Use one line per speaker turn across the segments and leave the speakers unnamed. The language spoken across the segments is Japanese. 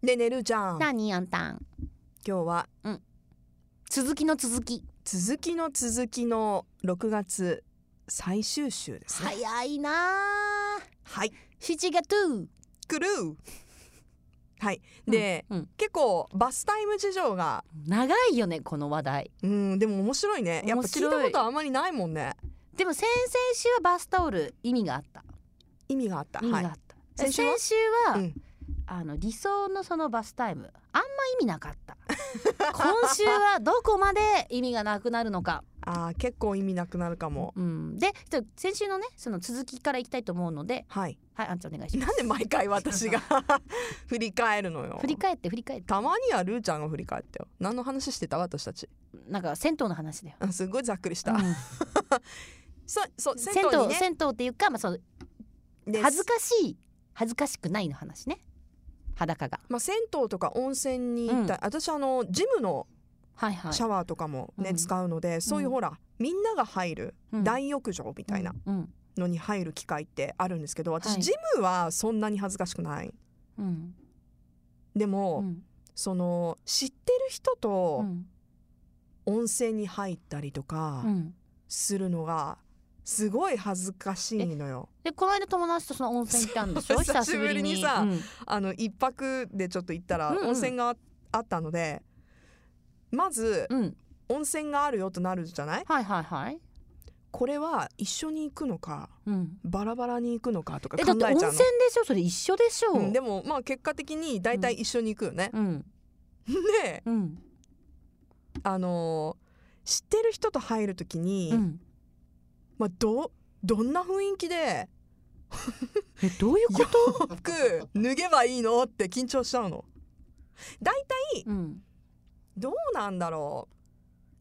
ねえねるちゃん今
なにあんたん
日は
続きの続き
続きの続きの6月最終週ですね
早いなあ
はい
7月
クルー はいで、
うんうん
結構バスタイム事情が
長いよねこの話題
うんでも面白いねやっぱ
面
聞い
白い
たことあんまりないもんね
でも先々週はバスタオル意味があった
意味があった
意味
はい
があった、
先
先
週
週
は
は
うん
あの理想のそのバスタイムあんま意味なかった 今週はどこまで意味がなくなるのか、
あー結構意味なくなるかも
うん、でちょっと先週のねその続きからいきたいと思うので
はい
はいあんちゃんお願いしま
なんで毎回私 が振り返るのよ
す振り返って振り返って
たまにはルーちゃんが振り返ってよ何の話してた私たち
なんか銭湯の話だよ、
あすごいざっくりした、
うん
そうそう銭
銭
湯に
湯
ね
銭湯っていうか、まあ、その
です
恥ずかしい恥ずかしくないの話ね裸が
まあ、銭湯とか温泉に行った、私あのジムの
はいは
シャワーとかもね、
うん
使うのでそういうほら、みんなが入る大浴場みたいな
うん
のに入る機会ってあるんですけど私、
はい
ジムはそんなに恥ずかしくない
うん
で
う
も、
ん
その知ってる人
う
と
ん
温泉に入ったりとか
うん
するのがすごい恥ずかしいのよ。
でこの間友達とその温泉行ったんでしょ
久
久
し
し
ぶ
ぶ
り
り
に
に
さ
うん
あの一泊でちょっと行ったら
うんうん
温泉があったので、まず
うん、
温泉があるよとなるじゃない
はいはいはい、
これは一緒に行くのか
うん、
バラバラに行くのかとか
え
考
だって温
えちゃ
泉
う
で
の。
しょそれ一緒でしょ、
うん、でもまあ結果的に大体一緒に行くよね。
うん
で
うん
あのー知ってる人と入るときに、
うん
まあ、どどんな雰囲気で
えどういうこと、
服脱げばいいのって緊張しちゃうの。大体
うん、
どうなんだろ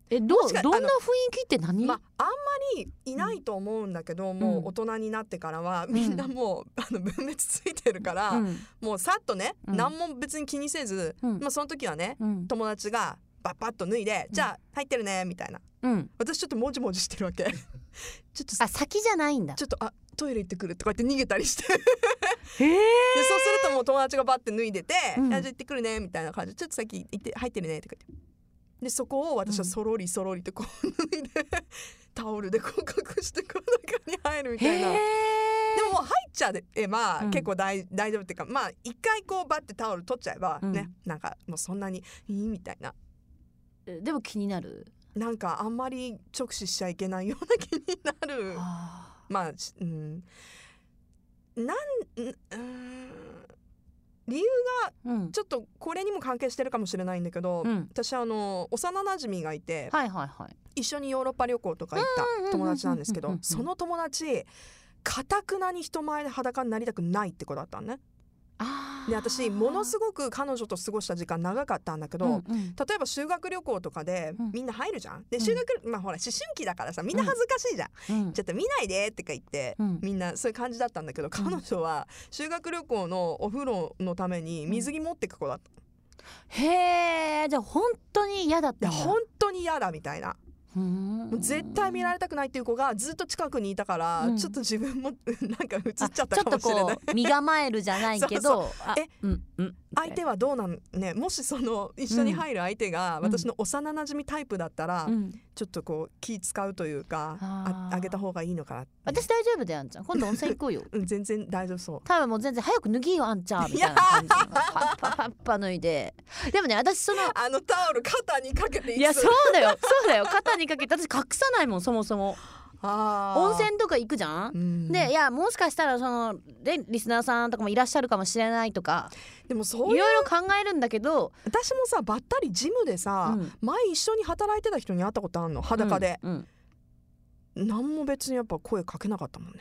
えど
もし
う
か
どんな
あ
雰
の
囲気って何、
う、まあ、あんまりいないと思うんだけど、もう大人になってからはみんなもう、あの分別ついてるから、
うん
もうさっとね、
うん
何も別に気にせず、
うん
まあ、その時はね
うん
友達がバッパッと脱いで「
うん
じゃあ入ってるね」みたいな
うん、
私ちょっともじもじしてるわ けちょっと
あ先じゃないんだ
ちょっとあトイレ行ってくるとか言って逃げたり してでそう
えー、
するともう友達がバッて脱いでて「
うん
あじゃあ行ってくるね」みたいな感じで「ちょっと先行って入ってるね」とか言ってでそこを私はそろりそろりとこう脱いで タオルでこう隠してこの中に入るみたいな。
へえ
でももう入っちゃえば、
うん
結構大大丈夫っていうかまあ一回こうバッてタオル取っちゃえばね、なんかもうそんなにいいみたいな
えでも気になる。
なんかあんまり直視しちゃいけないような気になる
あ
まあしうんなんんうーん理由が
ーうん。
ちょっとこれにも関係してるかもしれないんだけど、
うん。
私あの幼なじみがいて、
はいはいはい。
一緒にヨーロッパ旅行とか行った友達なんですけ
うんう
ど
んうんうん
その友達かたくなに人前で裸になりたくないって子だったのね。
あ
で私ものす
ご
ごく彼女と過ごした時間長かったんだけど、
うんうん
例えば修学旅行とかで
うん
みんな入るじゃん。で
うん
修学旅、まあほら思春期だからさみんな恥ずかしいじゃん。
うん
ちょっと見ないでってか言って。
うん
みんなそういう感じだったんだけど彼女は修学旅行のお風呂のために水着持ってく子だった、
へえじゃあ本当に嫌だった
いや本当に嫌だみたいなもう絶対見ら
れ
れたくないっていう子がずっと近くにいたから、
うん
ちょっと自分も なんか映っちゃった
ちょっ
かも
と
しれない
こう身構えるじゃないけどあ
え
うんうん
相手はどうなんねもしその一緒に入る相手が
ん
私の幼なじみタイプだったら、
うん
ちょっとこう気使うというかあ
あー
あげた方がいいのかなって
私大丈夫だよあんちゃん今度温泉行こうよ
うん全然大丈夫そう
多分もう全然早く脱ぎよあんちゃんみたいな感じパッパパッパ脱いででもね私その
あのタオル肩にかけてい
いや
つ
そうだよそうだよ肩にかけて私隠さないもんそもそも
あー
温泉とか行くじゃん
うん
でいやもしかしたらそのでリスナーさんとかもいらっしゃるかもしれないとか
でも
い
そういう
ろいろ考えるんだけど
私もさばったりジムでさ、
うん
前一緒に働いてた人に会ったことあるの裸で、
うんうん
何も別にやっぱ声かけなかったもんね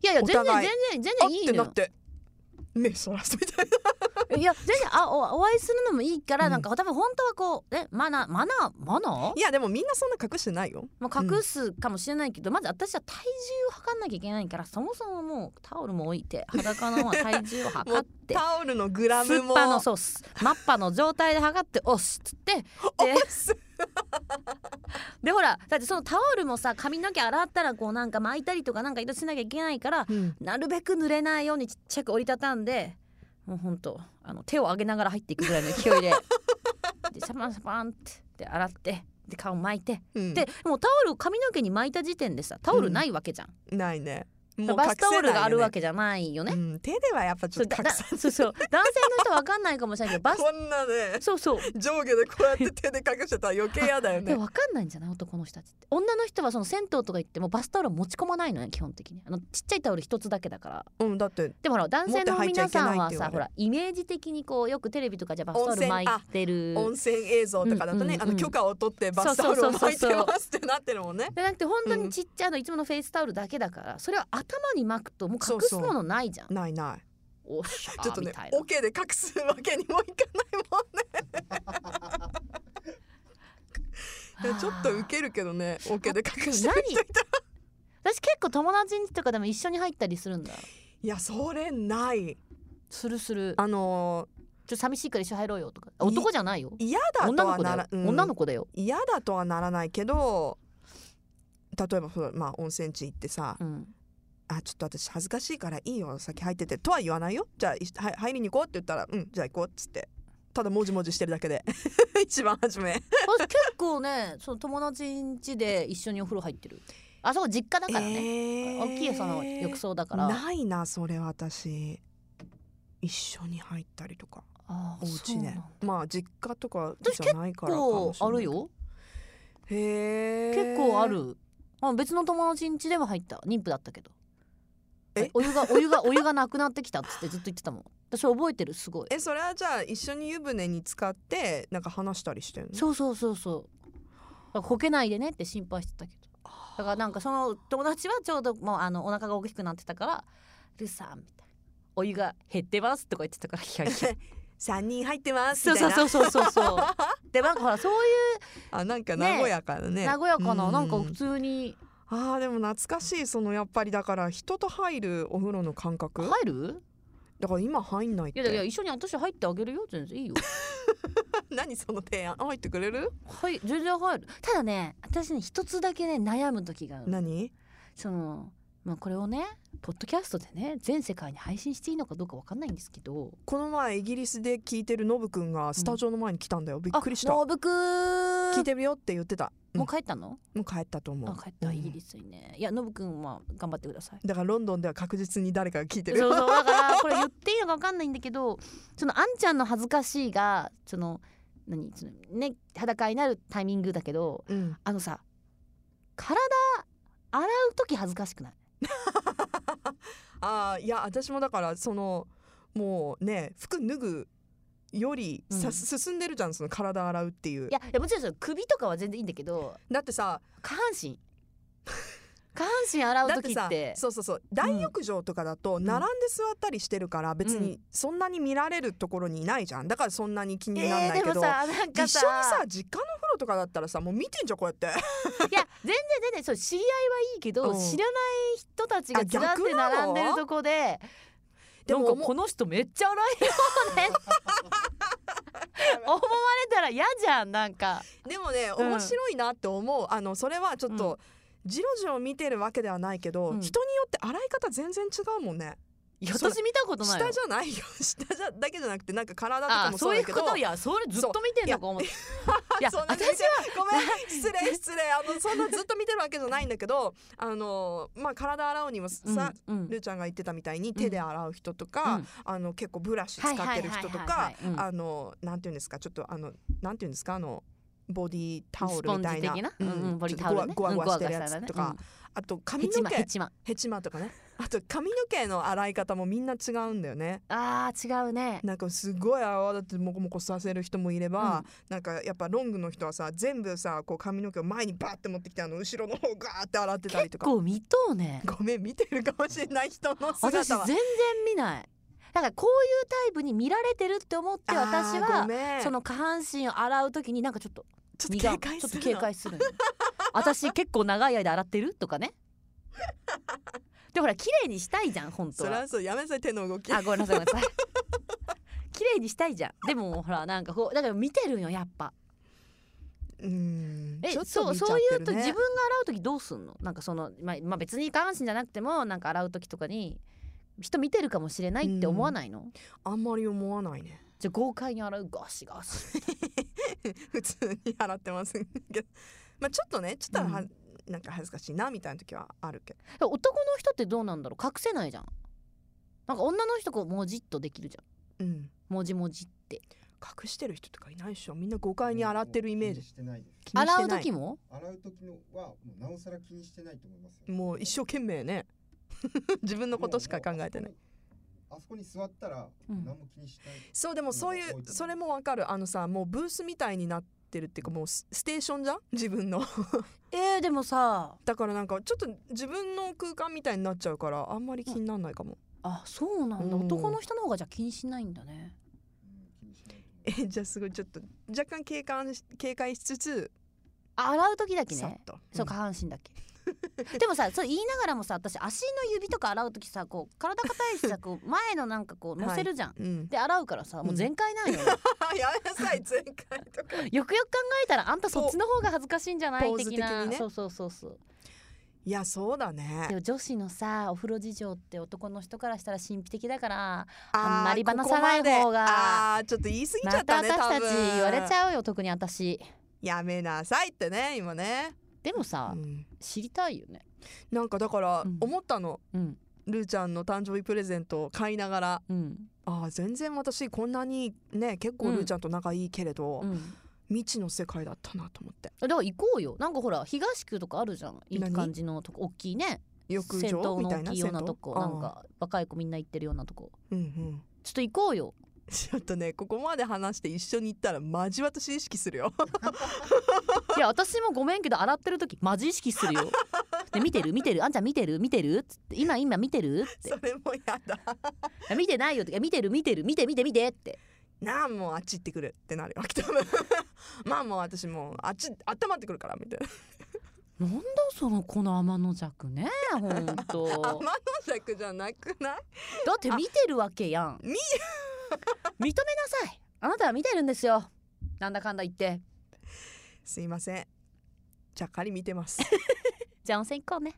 いやいや
お
全然
互い
全然全
あっ
然いい
て
の
な
よ
って目そらすみ たい
いや全然あおお会いするのもいいから、
うん
なんか多分本当はこうえマナーマナーマナー
ないやでもみんなそんな隠してないよ
まあ、隠すかもしれないけど、まず私は体重を測んなきゃいけないからそもそももうタオルも置いて裸のまま体重を測って
タオルのグラ
ス
ム
ッ
も
パのそうすマッパの状態で測って押すっつっ てで
おす
でほらだってそのタオルもさ髪の毛洗ったらこうなんか巻いたりとかなんか移動しなきゃいけないからなるべく濡れないようにちっちゃく折りたたんでもう本当あの手を上げながら入っていくぐらいの勢 いででシャパンシャパンってで洗ってで顔巻いて、
うん
でもうタオルを髪の毛に巻いた時点でさタオルないわけじゃん、
ないねも
バスタオルがあるわ
け
けじゃないよね
うん、手ではやっぱち
そ
ょ
う
っと
だ
隠
だ
さ
そうそう男性の人わかんないかもしれないけどバス
こんなね
そうそう
上下でこうやって手で隠してたら余計嫌だよ
で
ね
わかんないんじゃない男の人たちって女の人はその銭湯とか行ってもバスタオルは持ち込まないのね基本的にあのちっちゃいタオル一つだけだから
うんだって
でもほら男性の皆さんは
持って入っちゃいけないって言われ
さ
る
ほらイメージ的にこうよくテレビとかじゃバスタオル巻いてる
温泉映像とかだとね、
うんうんうん
あの許可を取ってバスタオルを巻いてますってなってるもんね
じゃなくて本当にちっちゃいのいつものフェイスタオルだけだからそれを頭に巻くともう
そ
隠
う
す
そう
ものないじゃん
ないない
おっしゃ
ちょっ
ー
と
み
ね
たいな
オケで隠すわけにもいかないもんねいやちょっとウケるけど ねオケで隠してる人いたら
私結構友達ん家とかでも一緒に入ったりするんだ
いやそれない
するするちょっ
あの
と寂しいから一緒入ろうよとか男じゃないよ
ー嫌だ
女
と
の
は
子だ
な
よ
ら、、うん
女の子だよ、
嫌だとはならないけど例えばそのまあ温泉地行ってさ、
うん、
あちょっと私恥ずかしいからいいよ先入っててとは言わないよじゃあいは入りに行こうって言ったらうんじゃあ行こうっつってただもじもじしてるだけで 一番初め
私 結構ねその友達ん家で一緒にお風呂入ってるあそこ実家だからね、
えー
大きいその浴槽だから
ないなそれ私一緒に入ったりとか
あ
お家ねまあ実家とか
私
じゃないからか
こ
も
うある
しれない
よ
へえ
結構あるあ別の友達ん家では入った妊婦だったけど
え
お湯がお湯がお湯がなくなってきたっつってずっと言ってたもん私覚えてるすごい
えそれはじゃあ一緒に湯船に浸かってなんか話したりしてるの
そうそうそうそうだからこけないでねって心配してたけどだからなんかその友達はちょうどもうあのお腹が大きくなってたから「ルさん」みたいな「お湯が減ってます」とか言ってた からいやいや
3人入ってます
そ
み
う
たい
そう
な
そうそうそうそうでなんかほらそうい
あなんか和やかだね
う和やかな、
う
なんか普通に
あーでも懐かしいそのやっぱりだから人と入るお風呂の感覚
入る
だから今入んないっ
いやいや
て
一緒に私 入ってあげるよ全然いいよ
何その提案あ入ってくれる
はい全然入るただね私ね一つだけね悩む時がある
何
そのまあこれをねポッドキャストでね全世界に配信していいのかどうかわかんないんですけど
この前イギリスで聞いてるノブくんがスタジオの前に来たんだよ、びっくりした
あノブくん
聞いてるよって言ってたうん
もう帰ったの、
もう帰ったと思
あ
う
帰った
うん
イギリスにねいやノブくんは頑張ってください
だからロンドンでは確実に誰かが聞いて
そ
る
う
よ
そうだからこれ言っていいのかわかんないんだけ どそのあんちゃんの恥ずかしいがその何そのね裸になるタイミングだけど
うん、
あのさ体洗う時恥ずかしくない
あーいや私もだからそのもうね服脱ぐよりさ、
うん
進んでるじゃんその体洗うっていう
いやいやもちろんその首とかは全然いいんだけど
だってさ
下半身下半身洗う
だっ
時
て
って
さそうそうそう大浴場とかだと並んで座ったりしてるから別
う
にそんなに見られるところにいないじゃんだからそんなに気に
え
なら
ー、
ない
で
け
も
ど、
さなんか
一緒
さ
にさ実家のお風呂とかだったらさもう見てんじゃんこうやって
いや全然全然そう知り合いはいいけど、
うん
知らない人たちがずらって
あ逆なの
並んでるとこで
でも
なんかこの人めっちゃ荒いよね 思われたら嫌じゃんなんか
でもね
うん
面白いなって思うあのそれはちょっと、じろじろ見てるわけではないけど、
うん
人によって洗い方全然違うもんね
いや
それ
私見たことない
下
よ
じゃないよ 下じゃだけじゃなくてなんか体と
あ
かもそ
そうう
だ
いう
け
こ
ど
といやそれずっと見てんのか思ってい や
そんな
私
見てごめん失礼失礼あのそんなずっと見てるわけじゃないんだけどあのまあ体洗うにもさ、
はうんうん
ルーちゃんが言ってたみたいに手で洗う人とか、
うん
あの結構ブラシ使ってる人と
は
か
いはいはいはいはいうん
あのなんていうんですかちょっとあのなんていうんですかあのボディタオ
ス
ル
ポ
み
ン
た
ジ
いな
的な、
う
うんんうん、ボディタオルね
ちょっとゴワゴワし
うん
てる
ゴ
や
ワゴ
つ
ワしたね
とか、あと
うん
髪の
ヘ
毛
チマヘチ
ヘチマとかねあと髪の毛の洗い方もみんな違うんだよね
マあー違うね
なんかすごい泡立ってモコモコさせる人もいれば、
うん
なんかやっぱロングの人はさ全部さこう髪の毛を前にバーって持ってきてあの後ろの方ガーって洗ってたりと
結
か
構見とうね
ごめん見てるかもしれない人の
私
姿
全
は
然見ないだからこういうタイプに見られてるって思って私
あー
は
ごめん
その下半身を洗う時になんかちょっと
ちょっ
身
と
が
警戒
ちょ
す
っと
る
警
の
戒するの私結構長い間洗ってるとかねでほら綺麗にしたいじゃん本当
それ
は
はそうやめなさい手の動き
あごめんなさいごめんなさい綺麗にしたいじゃんでもほらなんかこうだから見てるんよやっぱ
うん
え
ちょっ
そ
と
う
見ちゃ
そ
っ
うい
て
うと
るね
自分が洗う時どうすんのなんかその、まあ、まあ別に下半身じゃなくてもなんか洗う時とかに人見てるかもしれないって思わないの、
あんまり思わない ね
じゃあ豪快に洗うゴシゴシ
普通に払ってますけどまあちょっとねちょっとは、
う
なんか恥ずかしいなみたいな時はあるけど
男の人ってどうなんだろう隠せないじゃんなんか女の人こうもじっとできるじゃ
うん
んもじもじって
隠してる人とかいないでしょみんな誤解に洗ってるイメージ
気にしてないです
気にし
洗
て
う
ない
時も
洗う時のはもうなおさら気にしてないと思いますよ
もう一生懸命ね 自分のことしか考えてない
もうあそこにあそこに座ったら
うん
何も気にしない、
そうでもそういうそれもわかるあのさもうブースみたいになってるっていうかもうスステーションじゃん自分の
えー、でもさ
だからなんかちょっと自分の空間みたいになっちゃうからあんまり気にならないかも、
あそうなんだ
うん
男の人の方がじゃあ気にしないんだね
うん、気にしないと思います
えじゃあすごいちょっと若干警戒し警戒しつつ
あ洗う時だけ
さっ
ね
と、
そう下半身だけ でもさそう言いながらもさ私足の指とか洗う時さこう体硬いしさこう前のなんかこう乗せるじゃん、
うん、 うん、
で洗うからさもう全開なん よ、
やめなさい前回とか
よくよく考えたらあんたそっちの方が恥ずかしいんじゃな
ポ
い
ーズ
的な
的にね
そうそうそうそう
いやそうだ
で
ね
も女子のさお風呂事情って男の人からしたら神秘的だから
ー
あんまり話さない方が
ここまであーちょっと言い過ぎちゃ
ま
ったたね
私た
多
ち
分
言われちゃうよ特に私
やめなさいってね今ね、
でも
う
さ、
ん、
知りたいよね
なんかだから
うん
思ったの、
うん
ルーちゃんの誕生日プレゼントを買いながら
うん
あー全然私こんなにね結構
うん
ルーちゃんと仲いいけれど、
うん
未知の世界だったなと思って
だから行こうよなんかほら東区とかあるじゃんいい
何
感じのとこ大きいね
浴
銭湯の
場みた
大
いな
きいようなとこ
銭湯
なんか若い子みんな行ってるようなとこ
あーうんうん
ちょっと行こうよ
ちょっとねここまで話して一緒に行ったらマジ私意識するよ
いや私もごめんけど洗ってる時マジ意識す るよ。で見てる見てるあんちゃん見てる見てるっつって今今見てるって い
それもやだ
や見てないよっていや見てる見てる見て見て見てって
なあもうあっち行ってくるってなるよ多 分まあもう私もうあっち温まってくるからみたいな
なんだそのこの天の弱ねほん
天
と
の尺じゃなくない
だって見てるわけやん
見
認めなさいあなたは見てるんですよなんだかんだ言って
すいませんちゃっかり見てます
じゃあ温泉行こうね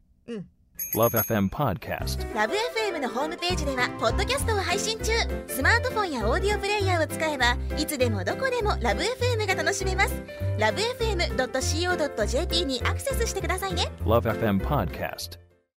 Love FM Podcast.
ラブ f m のホームページではポッドキャストを配信中スマートフォンやオーディオプレイヤーを使えばいつでもどこでもラブ f m が楽しめますラブ FM.co.jp にアクセスしてくださいね
Love FM Podcast.